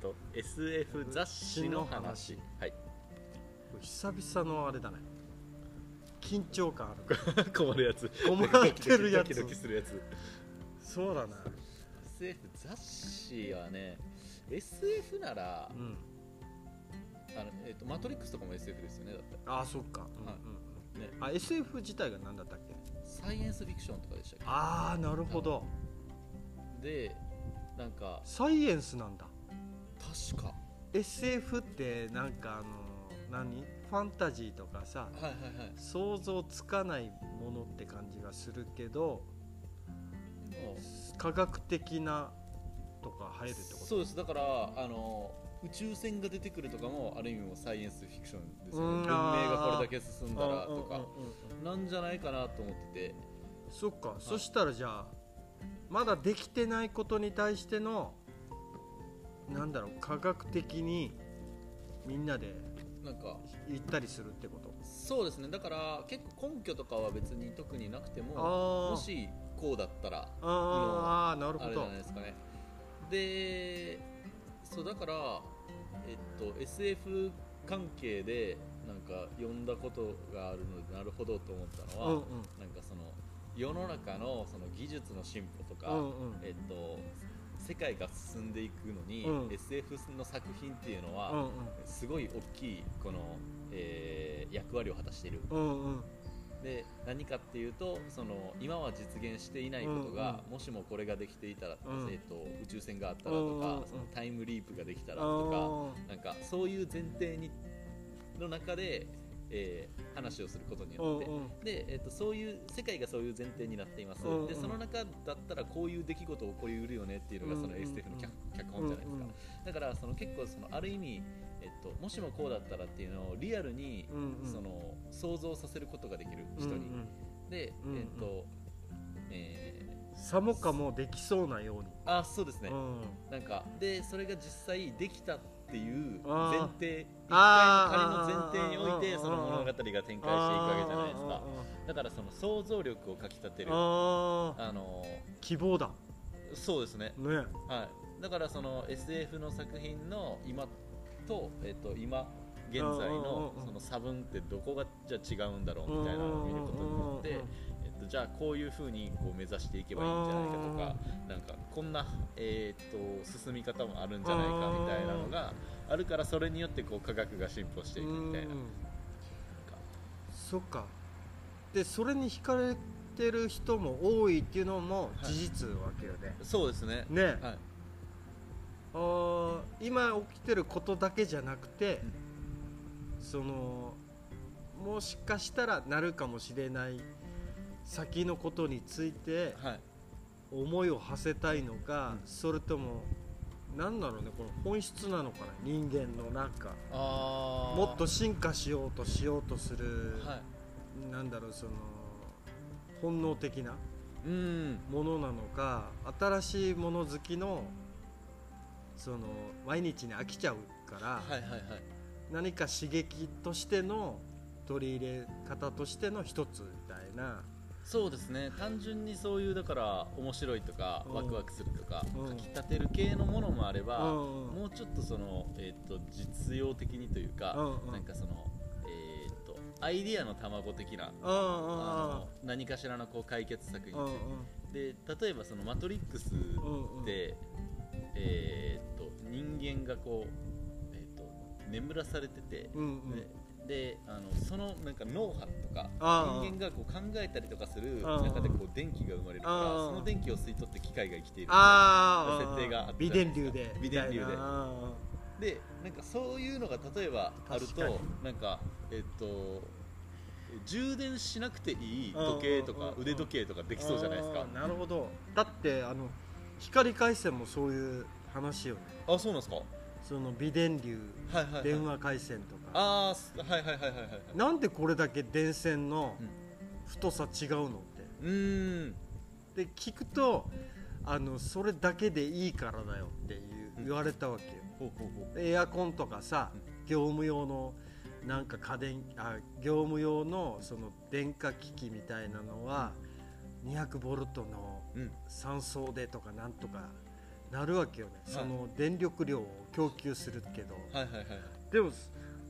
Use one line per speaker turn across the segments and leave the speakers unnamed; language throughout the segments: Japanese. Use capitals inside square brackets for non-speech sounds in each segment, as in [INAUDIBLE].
と SF 雑誌の話
雑誌の
はい [LAUGHS]
久々のあれだね緊張感あ
[LAUGHS]
る
困るやつ
困ってるやつ
ドキドキするやつ
そうだね
SF 雑誌はね SF なら、
うん
あのえっとマトリックスとかも SF ですよねだって
ああそっか、うん
はい
うん
ね
うん、あ SF 自体が何だったっけ
サイエンスフィクションとかでしたっ
ああなるほど
けでなんか
サイエンスなんだ
確か
SF ってなんかあの何ファンタジーとかさ
はいはいはい
想像つかないものって感じがするけど
でも
科学的なとか入るってこと
そうですだからあの宇宙船が出てくるとかもある意味もうサイエンスフィクションですよね
う
文
ん
明がこれだけ進んだら
う
と
んうんうんう
か
ん
なんじゃないかなと思ってて
そっかそしたらじゃあまだできてないことに対してのなんだろう科学的にみんなで
なんか
言ったりするってこと
そうですねだから結構根拠とかは別に特になくても
あ
も
ー
しこうだったら
あーなる
あ
ほ
れじゃ
ど
ないですかねでそうだからえっと SF 関係でなんか読んだことがあるのでなるほどと思ったのは、
うんうん
なんかその世の中のその技術の進歩とか、
うんうん
えっと、世界が進んでいくのに、
うん
SF の作品っていうの
う
は、
ん
すごい大きいこの、えー役割を果たしている
うんうんうん
で何かっていうとその今は実現していないことが、もしもこれができていたら、
うん
えっと、宇宙船があったらとか、
うんうんうん
そのタイムリープができたらとか、な
あ
んかそういう前提にの中で、えー話をすることに
ーうん
よって
う。ん
で、えっとそういう世界がそういう前提になっています、
うんうん
でその中だったらこういう出来事起こりうるよねっていうのがその
うんうんうん
SF の脚,、脚本じゃないですか、だからその結構そのある意味、えっと、もしもこうだったらっていうのをリアルに、
うんうんうん
その想像させることができる人に、
うんうん
で、
うんうん
えっとえ
さもかもできそうなように、
ーあそうですね、
うん、
なんかでそれが実際できたっていう
あ
前
ー
提一回の
あー
仮の前提において
あー
その物語が展開していくわけじゃないですかだからその想像力をかきたて
あー
る
あー
あの
希望だ
そうですね、
ね
はい、だからその SF の作品の今と,、えっと今現在の
うんうんうんうん
その差分ってどこがじゃあ違うんだろうみたいなのを見ることによって、えっと、じゃあこういうふうにこう目指していけばいいんじゃないかとかなんかこんな、えっと進み方もあるんじゃないかみたいなのがあるからそれによってこう科学が進歩していくみたいなな
う
ん
ん
か
そっかでそれに惹かれてる人も多いっていうのも
はい
事実わけよね、
そうですね
ね、
はい、
あー今起きてることだけじゃなくて、そのもしかしたらなるかもしれない先のことについて
はい
思いを馳せたいのか、
うん
それとも何だろうねこの本質なのかな人間の中
あー
もっと進化しようとしようとする、
はい
なんだろうその本能的な
うん
ものなのか新しいもの好きのその毎日に飽きちゃうから、
はいはいはい
何か刺激としての取り入れ方としての一つみたいな
そうですね単純にそういうだから面白いとか
うん
ワクワクするとか
う
か
ん
きたてる系のものもあれば
うんうん
もうちょっとその、えー、と実用的にというか、
うんうん
なんかその、えー、とアイディアの卵的な、
うんうんうん
あの何かしらのこう解決策に、
うんうん
で例えばその「マトリックス」
うんうん
で、えー、と人間がこう、えー、と眠らされてて、
うん
でであのそのなんか脳波とか
ああ
人間がこう考えたりとかする
ああ
中でこう電気が生まれるから
ああ
その電気を吸い取って機械が生きている
ああ
設定があった
微電流で
微電流で
みたいな
でなんかそういうのが例えばあると
確か
なんかえっと充電しなくていい時計と
うんう
か
んうんうん
腕時計とかできそうじゃないですか
あーなるほどだってあの光回線もそういう話よね
あそうなんですかは
その微電流
いはい、はい、
電話回線とか
ああすはいはいはいはいはいはい
なんでこれだけ電線の
うん
太さ違うのって
うーん
で聞くとあのそれだけでいいからだよっていう
うん
言われたわけよ、
ほうほうほ
でエアコンとかさ、業務用のなんか家電あ業務用のその電化機器みたいなのは200ボルトの
ううん
3層でとかなんとかなるわけよね、その電力量を供給するけど
はいはいはいはい
でも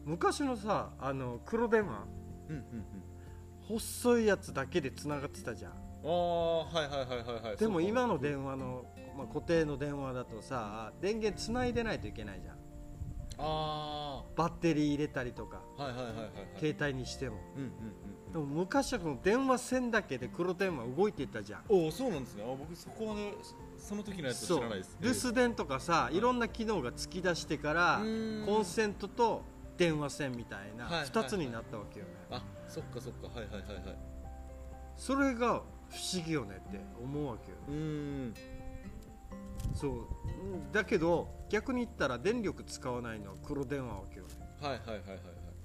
昔のさあの黒電話
うんうんうん
細いやつだけでつながってたじゃん
ああはいはいはいはいはい
でも
そうか
今の電話の、まあ、固定の電話だとさ電源つないでないといけないじゃん
あ
バッテリー入れたりとか
あはいはいはいはいはい
携帯にしても
うんうん
で
うん
も昔はこの電話線だけで黒電話動いてたじゃん
おおそうなんですねあ僕そこはねその時のやつは
そ
知ら
う
ないです
留守電とかさ
うん
いろんな機能が突き出してから
うん
コンセントと電話線みたいな
はいはい
2つになったわけよね
あそっかそっかはいはいはいはい
それが不思議よねって思うわけよね
うーん
そううんだけど逆に言ったら電力使わないのは黒電話わけよね
はいはいはいはいはい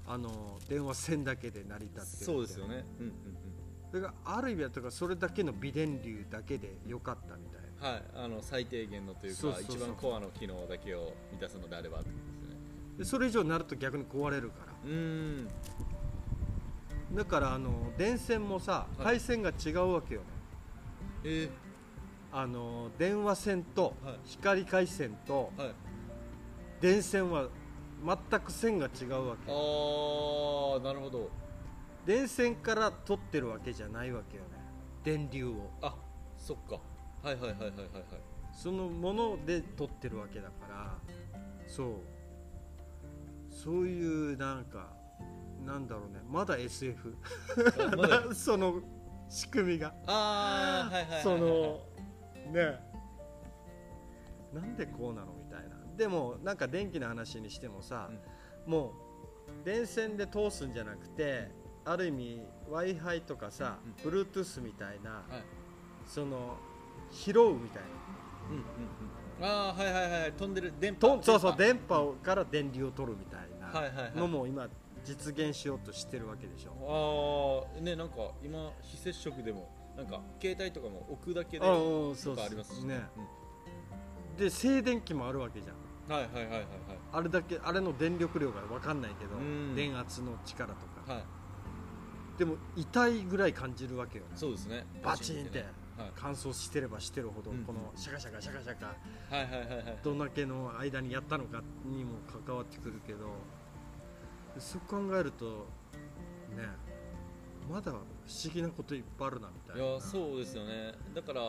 あの電話線だけで成り立ってるみ
そ
たいな
うですよねうんうん
だからある意味だとからそれだけの微電流だけでよかったみたい
うんはいあの最低限のというか
そうそうそう
一番コアの機能だけを満たすのであればってことですよね
なでそれ以上になると逆に壊れるから
うーん
だからあの電線もさ
はい
配線が違うわけよね、
え
あの電話線と
はい
光回線と
ー、はい
電線は全く線が違うわけ
ああなるほど
電線から取ってるわけじゃないわけよね電流を
あそっかはいはいはいはいはいはい
そのもので取ってるわけだからそうそういうなんかなんだろうねまだ SF
あまだ
[LAUGHS] その仕組みが
ああはいはいはいはいはい
そのねなんでこうなのみたいなでもなんか電気の話にしてもさ、もう電線で通すんじゃなくてある意味 w i f i とかさ、Bluetooth みたいな、
はい
その拾うみたいな
うんうんうんああはいはいはい飛んでる電波
とそうそう
電
電波をから電流を取るみたい
波はい
な
はいはい
のも今実現しようとしてるわけでしょ
ああねなんか今非接触でもなんか携帯とかも置くだけでと
うんうんそう
か
そう
ありますし
ねで静電気もあるわけじゃん
うんはいはいはいはい
あれだけあれの電力量が分かんないけど
うん
電圧の力と
は
か
いはい
でも痛いぐらい感じるわけよね
そうですね
バチンって
ねは
乾燥してればしてるほど
うん
このシャカシャカシャカシャカ
いはいはいはいはい
どんだけの間にやったのかにも関わってくるけどそう考えるとねまだ不思議なこといっぱいあるなみたい
い
な
やそうですよねだから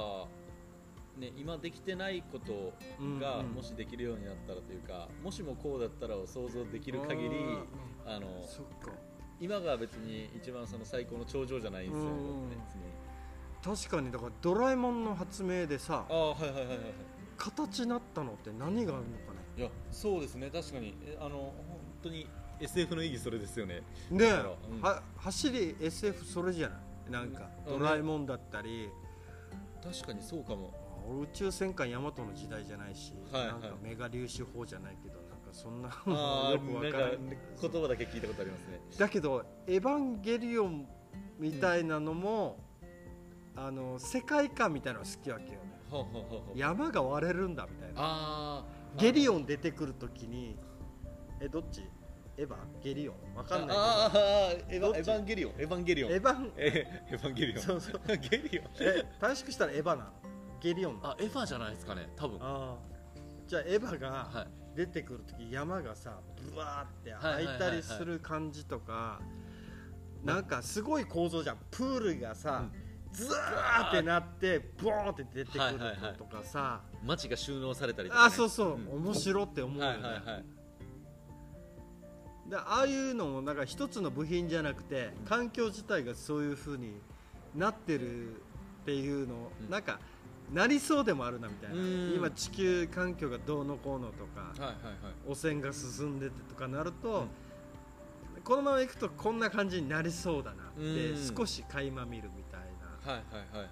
ね今できてないこと
う
が
んうん
もしできるようになったらというか、もしもこうだったらを想像できる限りあ
あー
の
そっか
今が別に一番その最高の頂上じゃないんですよ、
う
僕
ん
ね別に
確かにだからドラえもんの発明でさ
ああはいはいはいはいはい
形になったのって何があるのかね
いやそうですね確かにえあの本当に SF の意義それですよね
ね
だろううん
は走り SF それじゃないなんか
うん
ドラえもんだったり、
確かにそうかも
俺宇宙戦艦ヤマトの時代じゃないし、
はい
なんか
はい
メガ粒子砲じゃないけどなんかそんな
あ
よく
あ
わか
なんから
ない
言葉だけ聞いたことありますね
だけど「エヴァンゲリオン」みたいなのも、あの世界観みたいなのが好きわけよね
ほうほうほうほう
山が割れるんだみたいな
ああ
ゲリ
ン
オン出てくるときにえどっちエヴァゲリオンわかんない
あああーエヴ
どっ
ァ
ち
エヴァンゲリオンエヴァンゲリ
け
オ
どエ
ン
ヴァン
えエヴァンゲリオン
そうそう
ゲリオン
え短縮したらエヴァなのゲリオンなの
あエヴァじゃないですかね多分は
あーじゃあエヴァ
は
が
い
出てくる時、山がさブワーって
はいはいは
開い
いはい
たりする感じとか、なんかすごい構造じゃんプールがさ、ズワーってなってボーンって出てくるのとかさ、
街が収納されたりとか、ね、
あそうそう、
ん
面白って思うよ
は
ね、
いはいはい
でああいうのもなんか一つの部品じゃなくて環境自体がそういう風になってるっていうの、
うん
なんかなりそうでもあるなみたいな
うん
今地球環境がどうのこうのとか
はいはいはい
汚染が進んでてとかなると
ん、
このままいくとこんな感じになりそうだなって
うん
少し垣間見るみたい
はいはいはいはいは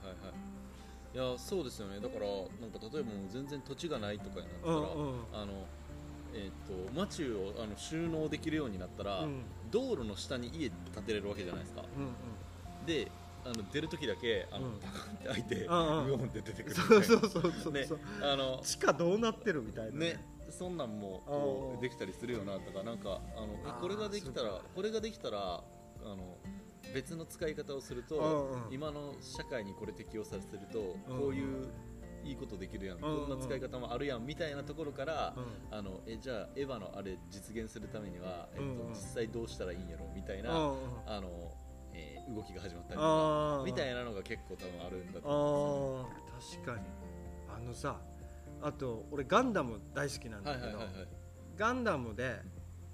いいやそうですよねだからなんか例えばもう全然土地がないとかになった
な、
ら、
うんうん
あのえっと街をあの収納できるようになったら、
うん
道路の下に家建てれるわけじゃないですか
うん
であの出る時だけあの、
うん
パカンって開いて
う
無
んうん
音って出て
う
く
ん、
る
そうそうそうそう、
ね
そう
あの
地下どうなってるみたいな
ねそんなんもこうできたりするよなとかなんかあの
あー
これができた
そう
ら
か
これができたらあの別の使い方をすると、
うんうん
今の社会にこれ適用させると、
うん
こういういいことできるやん、
うんうん
こんな使い方もあるやんみたいなところから、
うん
あのえじゃあエヴァのあれ実現するためには、えっと
うんうん
実際どうしたらいいんやろみたいな、
うんうん
あのえー動きが始まったりとか
あー
みたいなのが結構多分あるんだと思
あー確かにあのさあと俺ガンダム大好きなん
うんで
だ
す
け
よね。はいはいはい
ど
はい
ガンダムで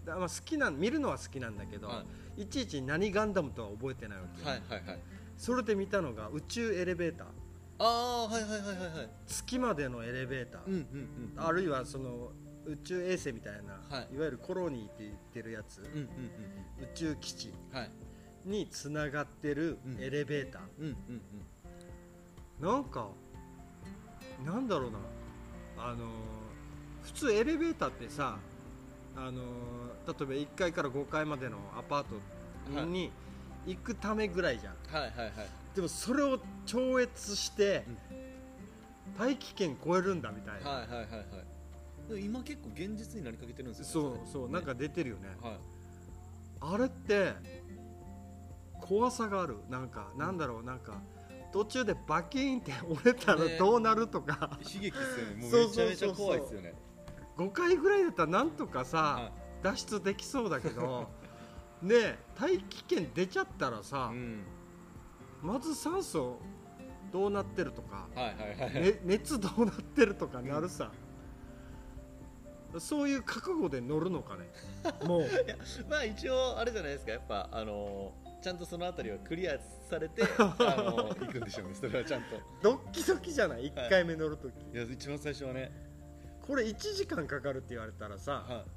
だまあ好きなん見るのは好きなんだけど、、
はい
ちいち何ガンダムとは覚えてないわけ、
はいはいはい
それで見たのが宇宙エレベーター
ああはいはいはいはいはい
月までのエレベーター、
うんうんうん
あるいはその宇宙衛星みたいな、
はい
わゆるコロニーって言ってるやつ
うんうん
宇宙基地
うんはい
につながってる
うん
エレベーター、
うんうんうん
なんかなんだろうなあのー普通エレベーターってさあのー例えば1階から5階までのアパートに行くためぐらいじゃん、
はいはいはい
でもそれを超越して
うん
大気圏超えるんだみたいな、
はいはいはいはいでも今結構現実になりかけてるんですよ
そう
ねれ
そう
ね
なんか出てるよね、
はい
あれって怖さがあるなんかなんだろうなんか途中でバキーンって折れたら
ね
どうなるとか、
悲劇ですよねもう
そう
めち
そ
ゃ
うそうそう
めちゃ怖いですよね
5回ぐらいだったらなんとかさ
は、
脱出できそうだ
[LAUGHS]
けどねえ大気圏出ちゃったらさ
い、うん
まず酸素どうなってるとか、
はいはいはい
ね、熱どうなってるとかなるさ、そういう覚悟で乗るのかねもう
まあ一応あれじゃないですかやっぱあのーちゃんとそのあたりはクリアされて [LAUGHS] あのー行くんでしょうねそれはちゃんと
ドッキドキじゃない1回目乗るとき、
いや一番最初はね
これ1時間かかるって言われたらさ、
はい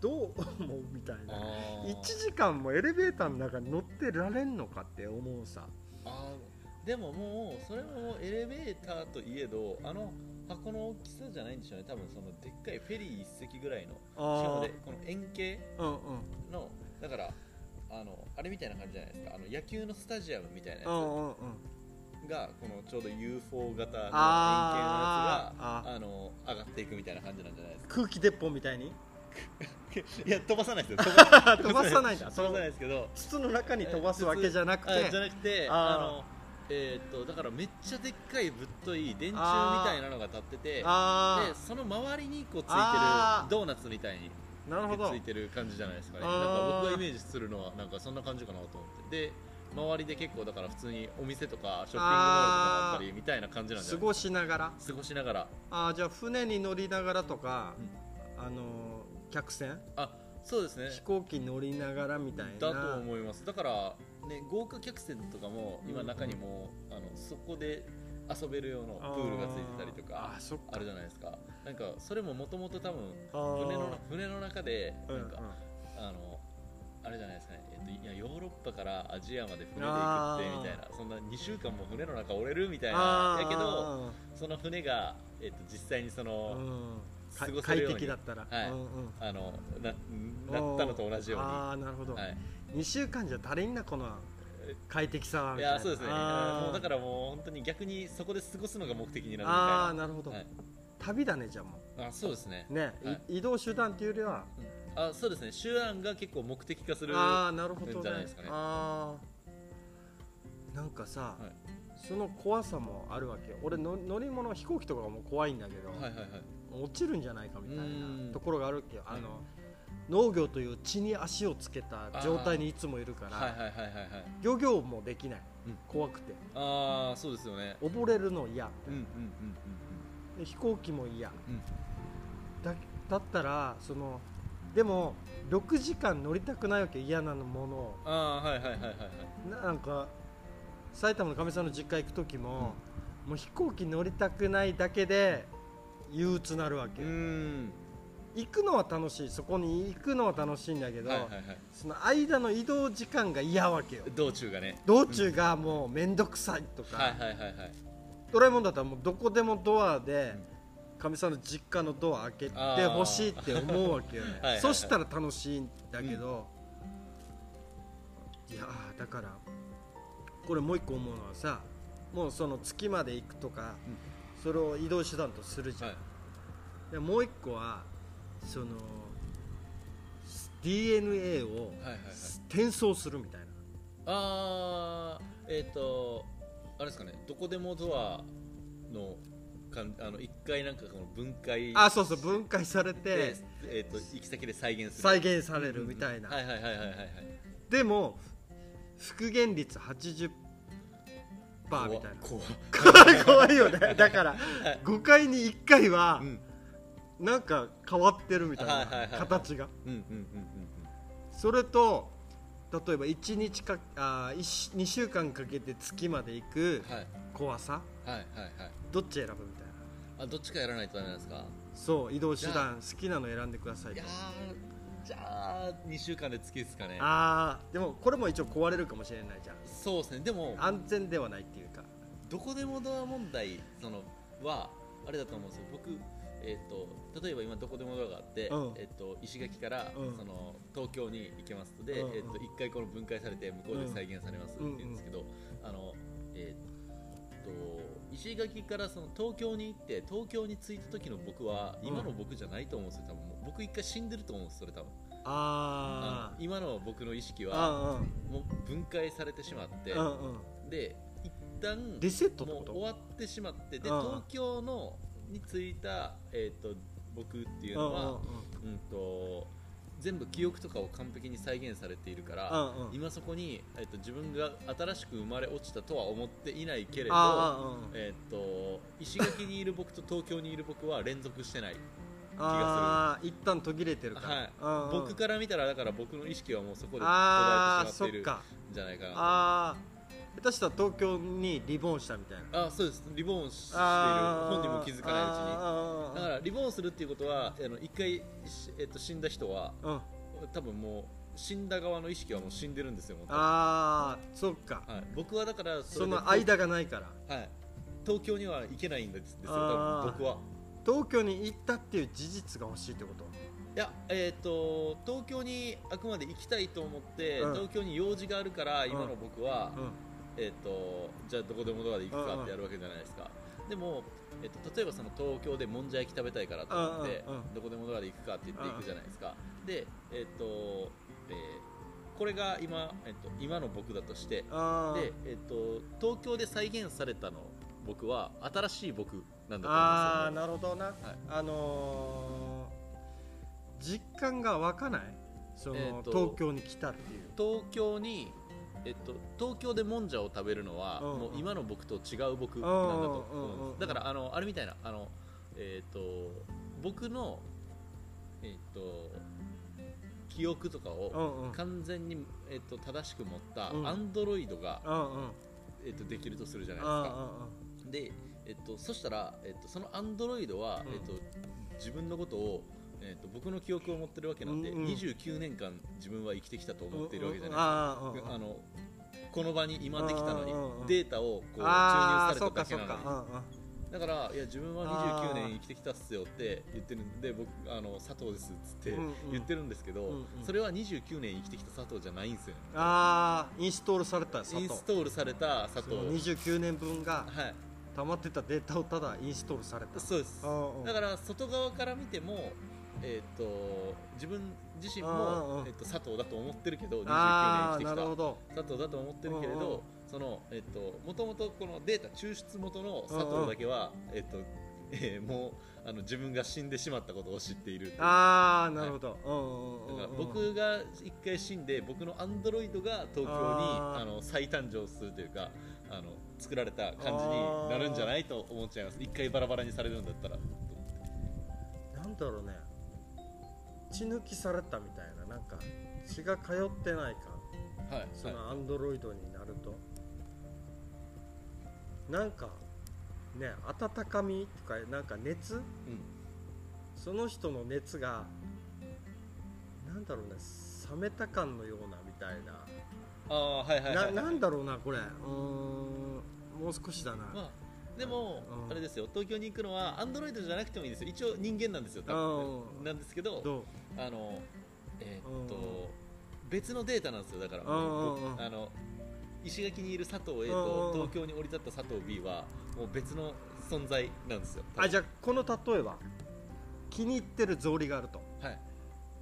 どう思うみたいな
あー
1時間もエレベーターの中に乗ってられんのかって思うさ
あーでももうそれはもうエレベーターといえどあの箱の大きさじゃないんでしょうね多分そのでっかいフェリー一隻ぐらいのしかもねこの円形
うんうん
のだからあのあれみたいな感じじゃないですかあの野球のスタジアムみたいなや
うん
つ
うんうん
がこのちょうど UFO 型の円形のやつが
あー
あの上がっていくみたいな感じなんじゃないですか
空気鉄砲みたいに
いや飛ばさ
[LAUGHS]
ないですよ飛ばさ
飛ばさないんだ
飛ばさないですけど
筒の中に飛ばすわけじゃなくて
あじゃなくて
あー
あのえーっとだからめっちゃでっかいぶっとい電柱みたいなのが立っててで
あ
その周りにこうついてる
あー
ドーナツみたいに
あなるほど
ついてる感じじゃないですかね
あ
な
ー
んか僕がイメージするのはなんかそんな感じかなと思ってで周りで結構だから普通にお店とかショッピングモールとかあったりみたいな感じなんじ
過
ゃない
ごしながら
過ごしながら
あーじゃあ船に乗りながらとか、あのー客船
あそうですね
飛行機乗りながらみたいな
だと思いますだから、ね、豪華客船とかも今
うん
中にも、あのそこで遊べる用のプールがついてたりと
あ
か
ーそっか
あるじゃないですかなんかそれももともと多分
あー
船の船の中で
う
なん
うんん
か、あのあれじゃないですかね、えっと、いやヨーロッパからアジアまで船で行
あ
くって
ー
みたいなそんな2週間も船の中折れるみたいな
あー
やけどその船が、えっと、実際にその、
うんか
過ごせる
快
ように
適だったら、
はい
うんうん
あのななったのと同じように。
ああなるほど、
はい
2週間じゃ足りんなこの快適さはいみたいな
やそうですね
あー
もうだからもう本当に逆にそこで過ごすのが目的になるみたいな
あーなるほど、
はい
旅だねじゃあも
あそうですね
うね、い
はい
移動手段っていうよりは
あそうですね手段が結構目的化する
あ
は
あなるほど
じゃない
ね
ですかね
あーなんかさ、
は
その怖さもあるわけよ俺の乗り物飛行機とかも怖いんだけど、
いはいはい
落ちるんじゃないかみたい
うん
なところがあるわけよあ
はい
の、農業という地に足をつけた状態にいつもいるから、
はいはいはいはいはい
漁業もできない、
うん
怖くて
ああそうですよね
溺れるの嫌、
うんうんうん
で飛行機も嫌、
ん
だだったらそのでも6時間乗りたくないわけ嫌なものを
うんああはいはいはいはいはい
ななんか埼玉のかみさんの実家行く時も、もう飛行機乗りたくないだけで憂鬱なるわ
う
け、
ーん
行くのは楽しいそこに行くのは楽しいんだけど、
はいはいはい
その間の移動時間が嫌わけよ
道中がね
道中がもう面倒くさいとか、
はいはいはいはい
ドラえもんだったらもうどこでもドアでかみさんの実家のドア開けてほしいって思うわけよね
[LAUGHS] はいはいはい
そしたら楽しいんだけど、いやーだからこれもう一個思うのはさもうその月まで行くとか、それを移動手段とするじゃん、
はい
でもう一個はその DNA を
はいはいはい
転送するみたいな、
ああえっ、とあれですかねどこでもドアのかんあの一回なんかこの分解
あそうそう分解され
で
て
えっと行き先で再現する
再現されるみたいな
はいはいはいはいはいはい
でも復元率80%パーみたいな
怖っ
怖い [LAUGHS] 怖いよねだから5回に1回は
怖っうん
なんか変わってるみたい
はいはいは
ない
はい
形が
うんうんうん
それと例えば1日かあ2週間かけて月まで行く
うんはい
怖さ
はいはいはい
どっち選ぶみたいな
あどっちかやらないとダメなんですか
そう移動手段好きなの選んでください
い
と
やーじゃあ2週間で月ですかね
あーでもこれも一応壊れるかもしれないじゃん
そうですねでも
安全ではないっていうか
どこでもドア問題そのはあれだと思うんですよ僕、えー、と例えば今どこでもドアがあって、
うん
えー、と石垣から、
うん
その東京に行けますので、
うんうん
えー、と1回この分解されて向こうで再現されますって
うん
言うんですけど、あのえーと石垣からその東京に行って東京に着いた時の僕は
うん
今の僕じゃないと思うんですよ多分もう僕一回死んでると思うんですそれ多分あ
あ
の今の僕の意識
ー
は
あ
もう分解されてしまって
うんうんうん
で一旦
リセットって
も
こ
う
と
終わってしまってで
うん
東京のに着いた、えー、と僕っていうのは、うんと全部記憶とかを完璧に再現されているから、
うんうんうんうん
今そこに、えー、と自分が新しく生まれ落ちたとは思っていないけれど、
あー
えー、と石垣にいる僕と東京にいる僕は連続してない
あー一旦途切れてるから、
はい
うんうん
僕から見たらだから僕の意識はもうそこで途
あ
絶
あ
えてしまっ
そって
いる
か
んじゃないかなと
ああ下手したら東京にリボンしたみたいな
あそうですリボンしている
あー
本人も気づかないうちに
あー
だからリボーンするっていうことはあの一回、しえっと、死んだ人は
うんあ
多分もう死んだ側の意識はもう死んでるんですよもう多分
あーそっか
はい、僕はだから
そ
れで
の間がないから
はい、東京には行けないんですよ多
あー
分僕は
東京に行ったっていう事実が欲しいってこと
いやえっ、と東京にあくまで行きたいと思って、
うん
東京に用事があるから今の僕は、
うん
えっ、とじゃあどこでもドアで行くかってやるわけじゃないですか、でも、えっと例えばその東京でもんじゃ焼き食べたいからと思って、
うんうんうん
どこでもドアで行くかって言って行くじゃないですか、でえっ、と、えーこれが今、えっと今の僕だとして、
あー
でえっ、と東京で再現されたの僕は新しい僕なんだと思うんですよ、
あーなるほどな、あのー実感が湧かないその、
えーと
東京に来たっていう
東京にえっと、東京でもんじゃを食べるのは、
うんうん
もう今の僕と違う僕なんだと思うんです
うんうんうん
だからあのあれみたいなあの、えっと僕の、えっと記憶とか
う
を
んうん
完全に、えっと正しく持った
うん
アンドロイドが、
うんうん
えっとできるとするじゃない
うんう
で
ん
すか。で、えっとそしたら、えっとそのアンドロイドは、
うん
えっと自分のことを、えっと僕の記憶を持ってるわけなんで、
うんうん
29年間自分は生きてきたと
うん
思っているわけじゃないですか。
あーうんうん
あのこの場に今できたのに
うんうんうん
データをこう注入
あ
さ
ー
れた
そっか
だ
そ
け
っ
な
かう
のに
んうん
だからいや自分は
あ
29
ー
年生きてきたっすよって言ってるんで僕あの佐藤ですっつって
うんうん
言ってるんですけど、
うんうん
それは29年生きてきた佐藤じゃないんですよ、
ああインストールされた佐
イ
藤
ンストールされた佐藤
その29年分が
はい
溜まってたデータをただインストールされた
そうです
うんうん
だから外側から見てもえー、と自分自身
うんうんう
も
ん、
えー、と佐藤だと思ってるけど29
あ
年生
あ
きてき
なる
た
ほど
佐藤だと思ってるけれ
うんうん
ど、そのえっともともとこのデータ抽出元の佐藤だけは、えっとえーもうあの自分が死んでしまったことを知っている。だか
ああなるほど、うんうんうん
ら
うん
僕が一回死んで僕のアンドロイドが東京に
あ
あ
ー
の再誕生するというかあの作られた感じになるんじゃないと思っちゃいます一回バラバラにされるんだったら
なんだろうね血抜きされたみたいななんか血が通ってないか
はい、
そ
は
のアンドロイドになると、なんかね温かみとかなんか熱
いうん、
その人の熱がなんだろうね冷めた感のようなみたいな
ああはいはいはい、はい、
ななんだろうなこれうーんもう少しだな、
まあ、でも、
うん
あれですよ東京に行くのはアンドロイドじゃなくてもいいんですよ一応人間なんですよ多
う
分
ん
なんですけど
どう
あのえーっ
う
と別のデータなんですよだから
うんうんうん
あの石垣にいる佐藤 A
うん
と
うんうん
東京に降り立った佐藤 B はもう別の存在なんですよ
あじ
ゃ
ゃあこの例えば気に入ってる草履があると
はい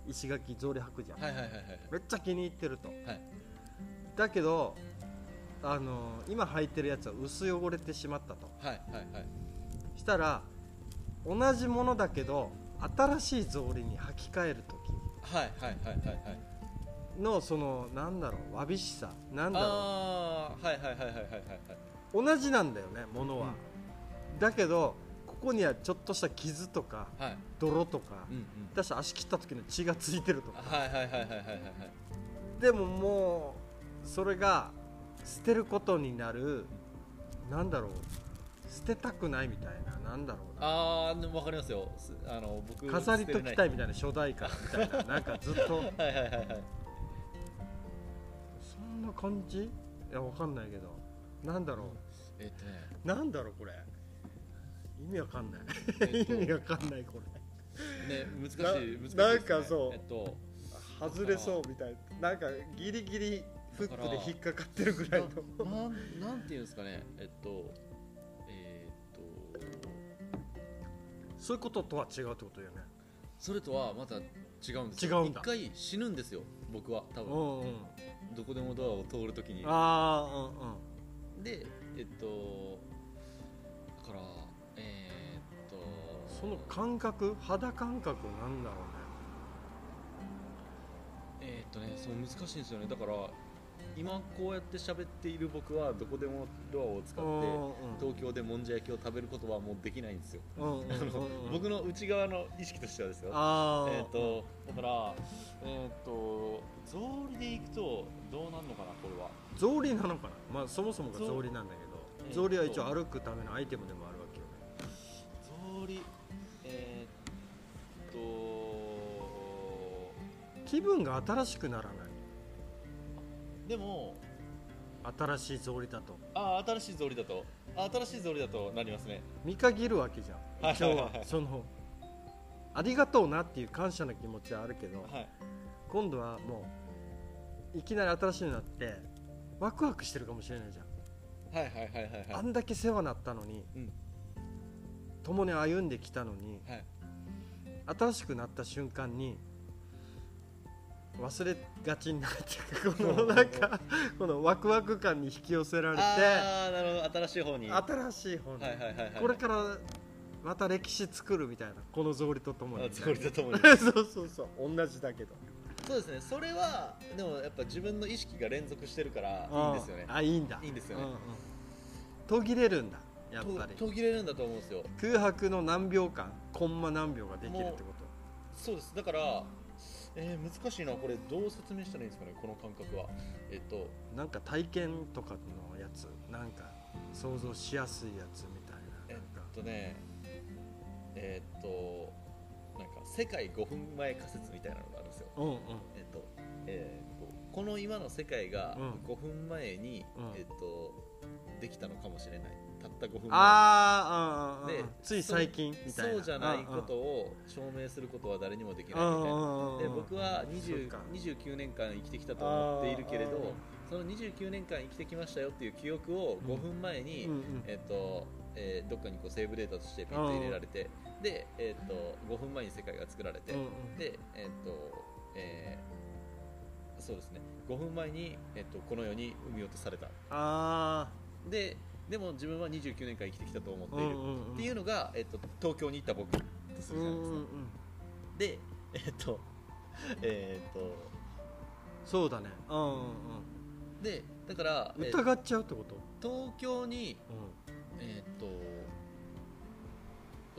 石垣草履履くじゃん、
はいはいはいはい
めっちゃ気に入ってると
はい
だけどあの今履いてるやつは薄汚れてしまったと
はいはいはい
したら同じものだけど新しい草履に履き替える時
はいはいはいはいはい
のそのなんだろうわびしさなんだろ
ああはいはいはいはいはいはいはいう
同じなんだよねものは、だけどここにはちょっとした傷とか
はい
泥とか、
うんうん
出した足切った時の血がついてるとか
はいはいはいはいはいはいはい
でももうそれが捨てることになるなんだろう捨てたくないみたいななんだろうな
ああわかりますよすあの僕
飾りときたいみ
い
たいな初代感みたいななんかずっと
はいはいはいはい
そんな感じいやわかんないけどなんだろ
えっとね
うなんだろうこれ意味わかんない
えっ
意
と
味
ね
わかんないこれ
難しい難しいですね
なんかそう
えっと
外れそうみたいななんかギリギリフックで引っかかってるぐらいの
ななんなんていうんですかねえっとえーっと
そういうこととは違うってことよね
それとはまた違うんですよ
違うんだ
一回死ぬんですよ僕は多
う
分
んうん
どこでもドアを通るときに
ああうんうん
でえっとだからえーっと
その感覚肌感覚なんだろ
えーっとねそう難しいんですよねだから今こうやって喋っている僕はどこでもドアを使
う
っ
ね
て東京でもんじゃ焼きを食べることはもうできないんですよ
うんうん
あの
うん
僕の内側の意識としてはですよ
ああ
えー、とだから、えー、と草履でいくとどうなんのかなこれは
草履なのかなまあそもそもが草履なんだ
え
け
ー
ど
と
草履は一応歩くためのアイテムでもあるわけよね
草履えー、っと
気分が新しくならない
でも
新しい草履だと
あ新しい草履だとあ新しい草履だとなりますね
見限るわけじゃん
はい
今日
はいは
はいそのありがとうなっていう感謝の気持ちはあるけど
はい
今度はもういきなり新しいのになってワクワクしてるかもしれないじゃん
はいはいはいはい
あ
は
んだけ世話なったのに、
うん
共に歩んできたのに
いはい
新しくなった瞬間に忘れがちになってこのなんかこのワクワク感に引き寄せられて
ああなるほど新しい方には
新しい本
いはいはいはい
これからまた歴史作るみたいなこの草履とともに
あ草履とともに
[LAUGHS] そうそうそう同じだけど
そうですねそれはでもやっぱ自分の意識が連続してるからいいんですよね
うんあいいんだ
いいんですよね
うう途切れるんだやっぱ
と
り
途切れるんだと思うんですよ
空白の何秒間コンマ何秒ができるってこと
そうですだから、えー難しいなこれどう説明したらいいんですかねこの感覚はえっと
なんか体験とかのやつなんか想像しやすいやつみた
え
いななんか
っとねえっとなんか世界5分前仮説みたいなのがあるんですよ
うんうん
えっと,、えーっとこの今の世界が
うん
5分前に、
うん
えっとできたのかもしれないたった5分前
あーあーあー
で
つい最近みたいな
そうじゃないことを証明することは誰にもできないみたいなで
で
僕は
そっ
20
か
29年間生きてきたと思っているけれ
あーあ
どその29年間生きてきましたよっていう記憶を
うん
5分前に、
うんうん
えっとえーどっかにこうセーブデータとしてピンと入れられてで、えっと5分前に世界が作られて、
うんうん
で、えっとえーそうですね5分前に、えっとこの世に産み落とされた
あ
ででも自分は29年間生きてきたと思っ
あ
ている、
っ
っていううのが、えっと東京に行った僕とする
ん
じゃ
う
なんいですか。
うん
でえっとえっと
そうだねうんうん
でだから、
うん
え
疑っちゃうってこと
東京に
う
えっと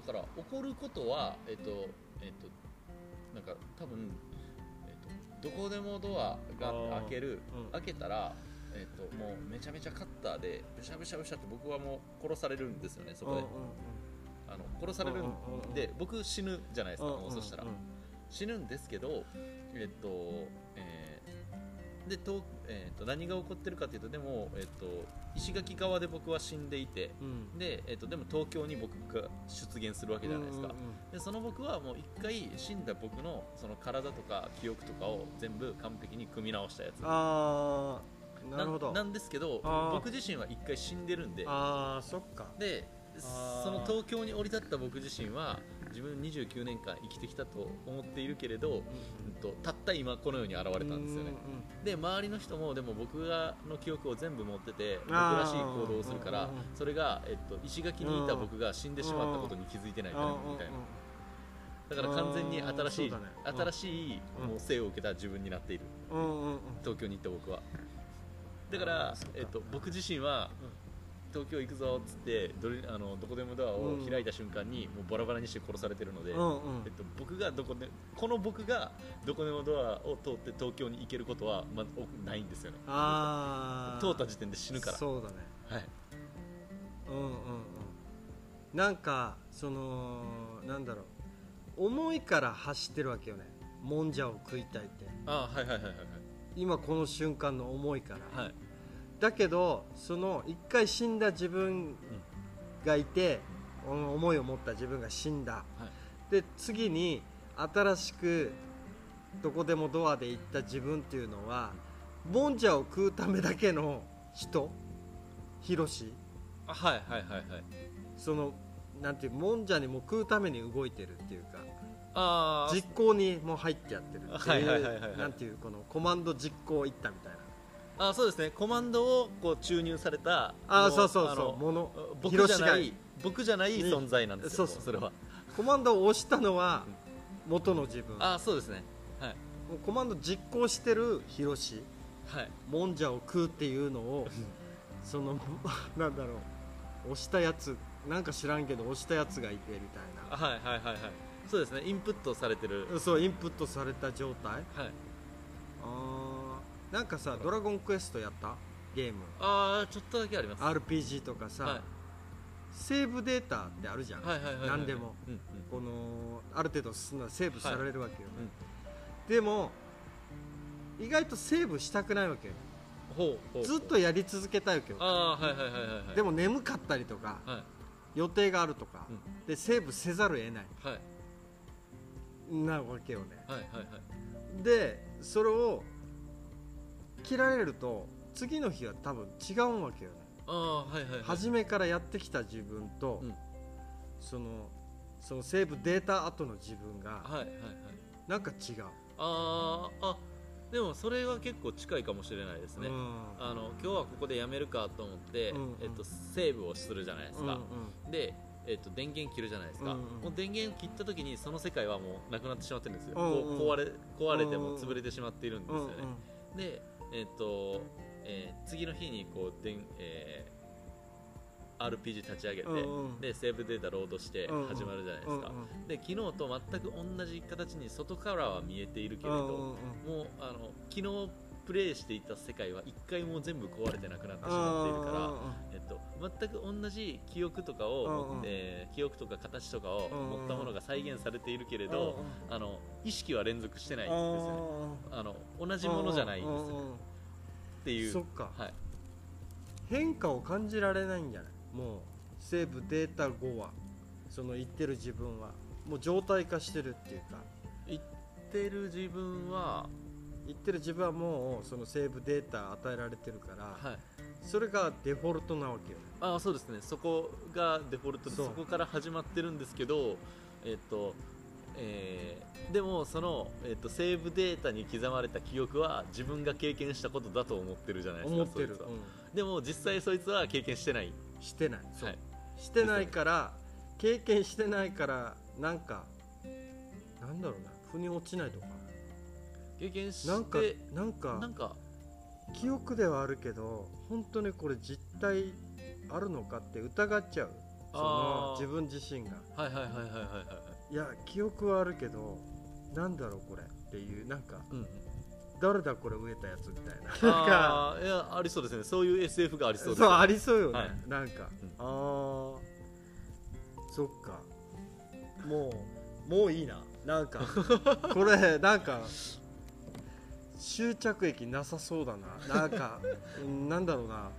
だから起こることはえっとえっとなんか多分、えっとどこでもドア
あー
が開ける、
うん
開けたらえっともうめちゃめちゃカッターでブシャブシャブシャって僕はもう殺されるんですよねそ
ん
こ
うん
で、
うん
あの殺されるんで僕死ぬじゃないです
う
か、
ん
もうそしたら、
うん
死ぬんですけど、えっとえーでとえっと何が起こってるかというとでも、えっと石垣側で僕は死んでいて
うん
で,、えっとでも東京に僕が出現するわけじゃないですか、
うんうんうん
でその僕はもう一回死んだ僕のその体とか記憶とかを全部完璧に組み直したやつ
ああなるほど
なんですけど
あー
僕自身は一回死んでるんで
ああそっか
で
あー
その東京に降り立った僕自身は自分29年間生きてきたと思っているけれど、うんと、たった今この世に現れたんですよねで周りの人もでも僕がの記憶を全部持ってて僕らしい行動をするか
う
ら
んうんうん
それが、えっと、石垣にいた僕が死んでしまったことに気づいてない
うん
だ
うん
ろ
うん
うみたいなだから完全に新しい、
あーそうだねうん
新しい
うん
もう生を受けた自分になっている
うんうんうん
東京に行った僕はだから
あーそうか
えっと、僕自身は東京行くぞっつってどれあのどこでもドアを開いた瞬間にもうバラバラにして殺されてるので、
うんうん
えっと、僕がどこでこの僕がどこでもドアを通って東京に行けることは、まあ、おないんですよね
ああ
通った時点で死ぬから
そうだね
はい、
うんうんうんなんかそのなんだろう思いから走ってるわけよねもんじゃを食いたいって
あはいはいはいはい
今この瞬間の思いから、
はいはい
だけどその一回死んだ自分がいて、うん思いを持った自分が死んだ、
は
で次に新しくどこでもドアで行った自分っていうのはボンジャを食うためだけの人ヒロシ
あはいはいはいはい
そのなんていうもんじゃにもう食うために動いてるっていうか
あー
実行にもう入ってやってるって
はいはいはいはい
い
は
う
い
なんていうこのコマンド実行いったみたいな
あそうですねコマンドをこう注入された
あ
も
あそうそう
あ
そう
の
もの
僕じゃな
広
い
志
僕じゃない存在なんですよ、
ねそうそう
もれは
コマンドを押したのは元の自分
あそうですねはい
もうコマンド実行してるヒロシ
はい
もんじゃを食うっていうのをその [LAUGHS] なんだろう押したやつなんか知らんけど押したやつがいてみたい
あはいはいはいはいそうですねインプットされてる
なそうインプットされた状態
はい
あーなんかさ「ドラゴンクエスト」やったゲーム
ああちょっとだけあります
RPG とかさ、
はい
セーブデータってあるじゃん、
はいはいはいはい
何でも
うんうん
このある程度進んだらセーブされるわけよ、
いうん
でも意外とセーブしたくないわけよ
ほうほう
ずっとやり続けたいわけよ
ああはいはいはいはいはい
でも眠かったりとか
はい
予定があるとか、
うん
でセーブせざるを得ない
はい
なわけよね
はいはい
でそれを切られると次の日は多分違うわけよね
ああはいはいはい
初めからやってきた自分と、
うん
そのそのセーブデータ後の自分が
はいはいはい
なんか違う、
あーあでもそれは結構近いかもしれないですね、
うん
あの今日はここでやめるかと思って、
うんうん
えっと、セーブをするじゃないですか、
う
で、えっと、電源切るじゃないですか、
うんうん
もう電源切った時にその世界はもうなくなってしまってるんですよ、
うんうん
こう壊れ壊れて
うん
も
うん
潰れてしまっているんです
んう
よ
ん
ね、で、えっとえー次の日にこうでん、えー RPG 立ち上げて、
うんうん
でセーブデータロードして
うんうん
始まるじゃないです
うんうん
か、で昨日と全く同じ形に外からは見えているけれ
う
ど、
んうん
もうあの昨日プレイしていた世界は一回も全部壊れてなくなってしまっているから、えっと、全く同じ記憶とかを持って、
うんうん
えー記憶とか形とかを
うんうん
持ったものが再現されているけれ
け
ど、あの意識は連続してないんですよねあの同じものじゃないんですよねっていう
そっか
はい、
変化を感じられないんじゃないもうセーブデータ後はその言ってる自分はもう状態化してるっていうか
言ってる自分は、
言ってる自分はもうそのセーブデータ与えられてるから、
はい、
それがデフォルトなわけよね
あそうですねそこがデフォルトで
そう
そこから始まってるんですけどえっとえーでもその、えっと、セーブデータに刻まれた記憶は自分が経験したことだと思ってるじゃないですか
思って
そい
る
つは、でも実際そいつは経験してない、
うんしてないそう
はい、
してないから経験してないからなんかなんだろうな腑に落ちないとか
経験して
なんかなん
な
か
んか
記憶ではあるけど本当にこれ実態あるのかって疑っちゃうその
あー
自分自身が
はいはいはいはいはいはい
いや記憶はあるけどなんだろうこれっていうなんか
うんうん
誰だこれ植えたやつみたいななんか
あーいやありそうですねそういう SF がありそう
そ
で
う
すね
ありそうよね、
はい
なんか、
うん
あーそっかもうもういいなな
[LAUGHS]
んかこれなんか終着駅なさそうだななんかうんなんだろうな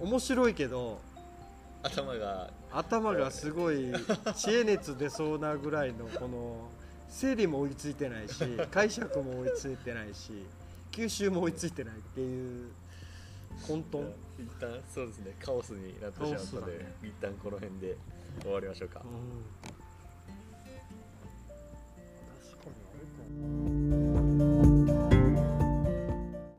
うん面白いけど
頭が
頭がすごい知恵熱出そうなぐらいのこの整理も追いついてないし解釈も追いついてないし吸収も追いついてないっていう混沌
一旦そうですねカオスになってしまったので、
カオス
一旦この辺で終わりましょうか
うん確かにあれか